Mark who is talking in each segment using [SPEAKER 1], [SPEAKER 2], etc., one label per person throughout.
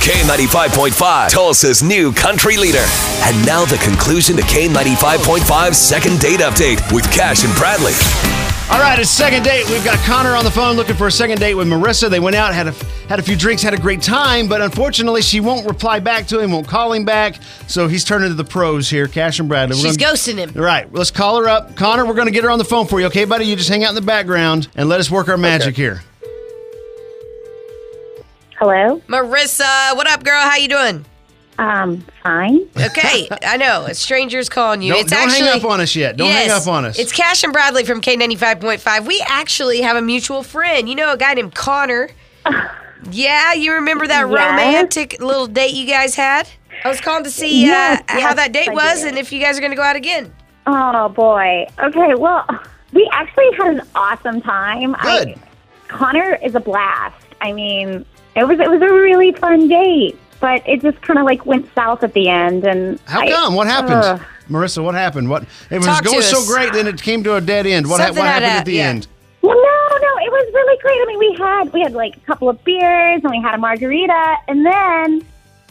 [SPEAKER 1] K95.5, Tulsa's new country leader. And now the conclusion to K95.5's second date update with Cash and Bradley.
[SPEAKER 2] All right, it's second date. We've got Connor on the phone looking for a second date with Marissa. They went out, had a had a few drinks, had a great time, but unfortunately, she won't reply back to him, won't call him back. So he's turning to the pros here, Cash and Bradley. We're
[SPEAKER 3] She's
[SPEAKER 2] gonna-
[SPEAKER 3] ghosting him.
[SPEAKER 2] All right, let's call her up, Connor. We're going to get her on the phone for you, okay, buddy? You just hang out in the background and let us work our magic here.
[SPEAKER 4] Hello.
[SPEAKER 3] Marissa, what up, girl? How you doing?
[SPEAKER 4] Um, fine.
[SPEAKER 3] Okay, I know a stranger's calling you.
[SPEAKER 2] Don't-
[SPEAKER 3] it's
[SPEAKER 2] don't hang
[SPEAKER 3] actually,
[SPEAKER 2] up on us yet. Don't hang up on us.
[SPEAKER 3] It's Cash and Bradley from K ninety five point five. We actually have a mutual friend. You know a guy named Connor. yeah, you remember that
[SPEAKER 4] Yes.
[SPEAKER 3] romantic little date you guys had? I was calling to see
[SPEAKER 4] Yes,
[SPEAKER 3] uh, how
[SPEAKER 4] yes,
[SPEAKER 3] that date
[SPEAKER 4] I
[SPEAKER 3] was
[SPEAKER 4] did.
[SPEAKER 3] and if you guys are going to go out again.
[SPEAKER 4] Oh boy. Okay. Well, we actually had an awesome time.
[SPEAKER 2] Good.
[SPEAKER 4] I, Connor is a blast. I mean, it was it was a really fun date, but it just kind of like went south at the end. And
[SPEAKER 2] How
[SPEAKER 4] I-
[SPEAKER 2] come? What happened,
[SPEAKER 4] Ugh.
[SPEAKER 2] Marissa? What happened? What it was
[SPEAKER 3] uh, Talk to
[SPEAKER 2] going so
[SPEAKER 3] us.
[SPEAKER 2] great, then it came to a dead end. What, ha-
[SPEAKER 3] Something
[SPEAKER 2] what
[SPEAKER 3] like
[SPEAKER 2] happened
[SPEAKER 3] that,
[SPEAKER 2] at the
[SPEAKER 3] yeah.
[SPEAKER 2] end?
[SPEAKER 4] Well, no, no, it was really great. I mean, we had we had like a couple of beers and we had a margarita, and then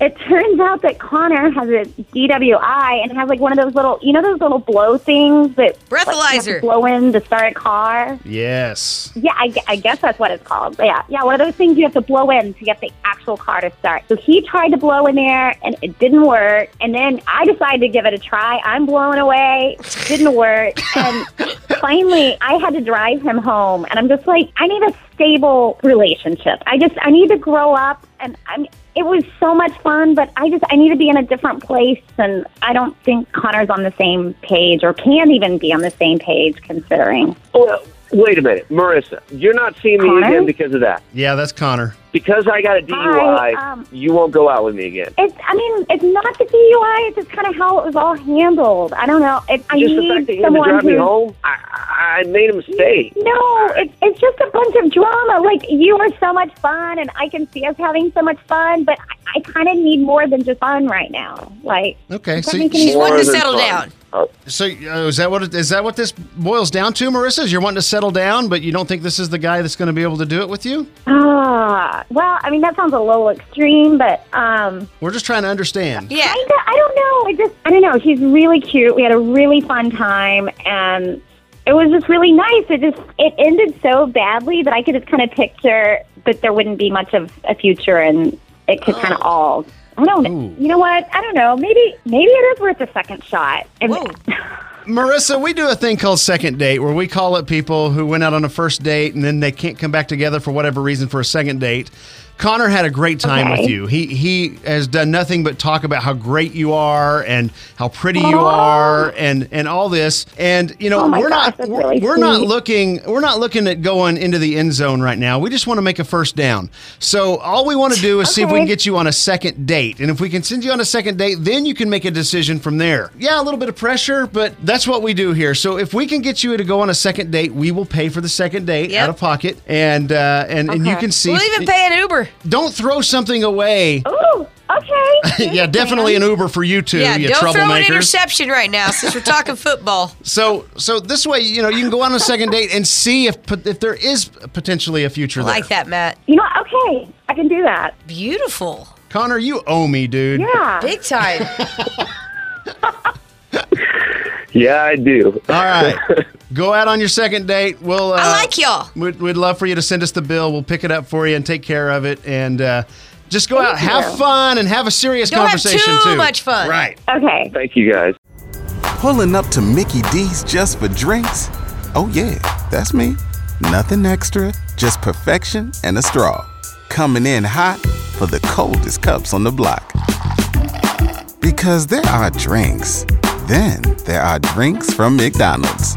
[SPEAKER 4] it turns out that Connor has a DWI and has like one of those little, you know, those little blow things that like, you have to
[SPEAKER 3] Breathalyzer.
[SPEAKER 4] blow in to start a car.
[SPEAKER 2] Yes.
[SPEAKER 4] Yeah, I, gu- I guess that's what it's called. But yeah, yeah, one of those things you have to blow in to get the actual car to start. So he tried to blow in there, and it didn't work. And then I decided to give it a try. I'm blown away. Didn't work. And finally, I had to drive him home. And I'm just like, I need a stable relationship. I just, I need to grow up. And I'm. It was so much fun, but I just I need to be in a different place, and I don't think Connor's on the same page, or can even be on the same page, considering.
[SPEAKER 5] Well, Oh, wait a minute, Marissa. You're not seeing me
[SPEAKER 4] Connor?
[SPEAKER 5] again because of that.
[SPEAKER 2] Yeah, that's Connor.
[SPEAKER 5] Because I got a
[SPEAKER 4] Hi,
[SPEAKER 5] DUI,
[SPEAKER 4] um,
[SPEAKER 5] you won't go out with me again.
[SPEAKER 4] It's. I mean, it's not the DUI. It's just kind of how it was all handled. I don't know. It, I
[SPEAKER 5] Just the fact
[SPEAKER 4] need
[SPEAKER 5] that you had to
[SPEAKER 4] someone
[SPEAKER 5] drive
[SPEAKER 4] who.
[SPEAKER 5] me home, I, I made a mistake.
[SPEAKER 4] No, it's it's just a bunch of drama. Like you are so much fun, and I can see us having so much fun. But I, I kind of need more than just fun right now. Like
[SPEAKER 2] Okay,
[SPEAKER 4] does that
[SPEAKER 2] so-
[SPEAKER 4] make
[SPEAKER 3] She's
[SPEAKER 4] any-
[SPEAKER 5] More
[SPEAKER 3] wanting to
[SPEAKER 5] than
[SPEAKER 3] settle
[SPEAKER 5] fun.
[SPEAKER 3] down.
[SPEAKER 5] Oh,
[SPEAKER 2] So uh, is that what it, is that what this boils down to, Marissa? Is you're wanting to settle down, but you don't think this is the guy that's going to be able to do it with you?
[SPEAKER 4] Ah, well, I mean that sounds a little extreme, but um,
[SPEAKER 2] We're just trying to understand.
[SPEAKER 3] Yeah.
[SPEAKER 4] I don't, I don't know. I just I don't know. He's really cute. We had a really fun time, and it was just really nice. It just it ended so badly that I could just kind of picture that there wouldn't be much of a future, and it could kind of all. I don't.
[SPEAKER 2] Ooh.
[SPEAKER 4] You know what? I don't know. Maybe maybe it is worth a second shot. And
[SPEAKER 3] Whoa.
[SPEAKER 2] Marissa, we do a thing called second date where we call up people who went out on a first date and then they can't come back together for whatever reason for a second date. Connor had a great time
[SPEAKER 4] Okay.
[SPEAKER 2] with you. He he has done nothing but talk about how great you are and how pretty you are and and all this. And you know,
[SPEAKER 4] Oh my
[SPEAKER 2] we're
[SPEAKER 4] gosh,
[SPEAKER 2] not
[SPEAKER 4] that's
[SPEAKER 2] we're,
[SPEAKER 4] really
[SPEAKER 2] we're not
[SPEAKER 4] sweet.
[SPEAKER 2] looking we're not looking at going into the end zone right now. We just want to make a first down. So all we want to do is see if we can
[SPEAKER 4] Okay.
[SPEAKER 2] get you on a second date. And if we can send you on a second date, then you can make a decision from there. Yeah, a little bit of pressure, but that's what we do here. So if we can get you to go on a second date, we will pay for the second date
[SPEAKER 3] Yep.
[SPEAKER 2] out of pocket, and uh, and and you
[SPEAKER 4] Okay.
[SPEAKER 2] can see.
[SPEAKER 3] We'll even pay an Uber.
[SPEAKER 2] Don't throw something away.
[SPEAKER 4] ooh, okay.
[SPEAKER 2] yeah, definitely an Uber for you two,
[SPEAKER 3] Yeah,
[SPEAKER 2] you
[SPEAKER 3] don't throw an
[SPEAKER 2] troublemakers.
[SPEAKER 3] interception right now since we're talking football.
[SPEAKER 2] So, so this way, you know, you can go on a second date and see if if there is potentially a future there.
[SPEAKER 3] Like that, Matt.
[SPEAKER 4] You know, what? okay, I can do that.
[SPEAKER 3] Beautiful.
[SPEAKER 2] Connor, you owe me, dude.
[SPEAKER 4] Yeah.
[SPEAKER 3] Big time.
[SPEAKER 5] yeah, I do.
[SPEAKER 2] All right, go out on your second date. We'll. Uh,
[SPEAKER 3] I like y'all.
[SPEAKER 2] We'd, we'd love for you to send us the bill. We'll pick it up for you and take care of it. And uh, just go out, have
[SPEAKER 4] you.
[SPEAKER 2] fun, and have a serious
[SPEAKER 3] Don't have
[SPEAKER 2] conversation
[SPEAKER 3] too
[SPEAKER 2] too.
[SPEAKER 3] much fun.
[SPEAKER 2] Right.
[SPEAKER 4] Okay.
[SPEAKER 5] Thank you guys.
[SPEAKER 6] Pulling up to Mickey D's just for drinks? Oh, yeah, that's me. Nothing extra, just perfection and a straw. Coming in hot for the coldest cups on the block. Because there are drinks, then there are drinks from McDonald's.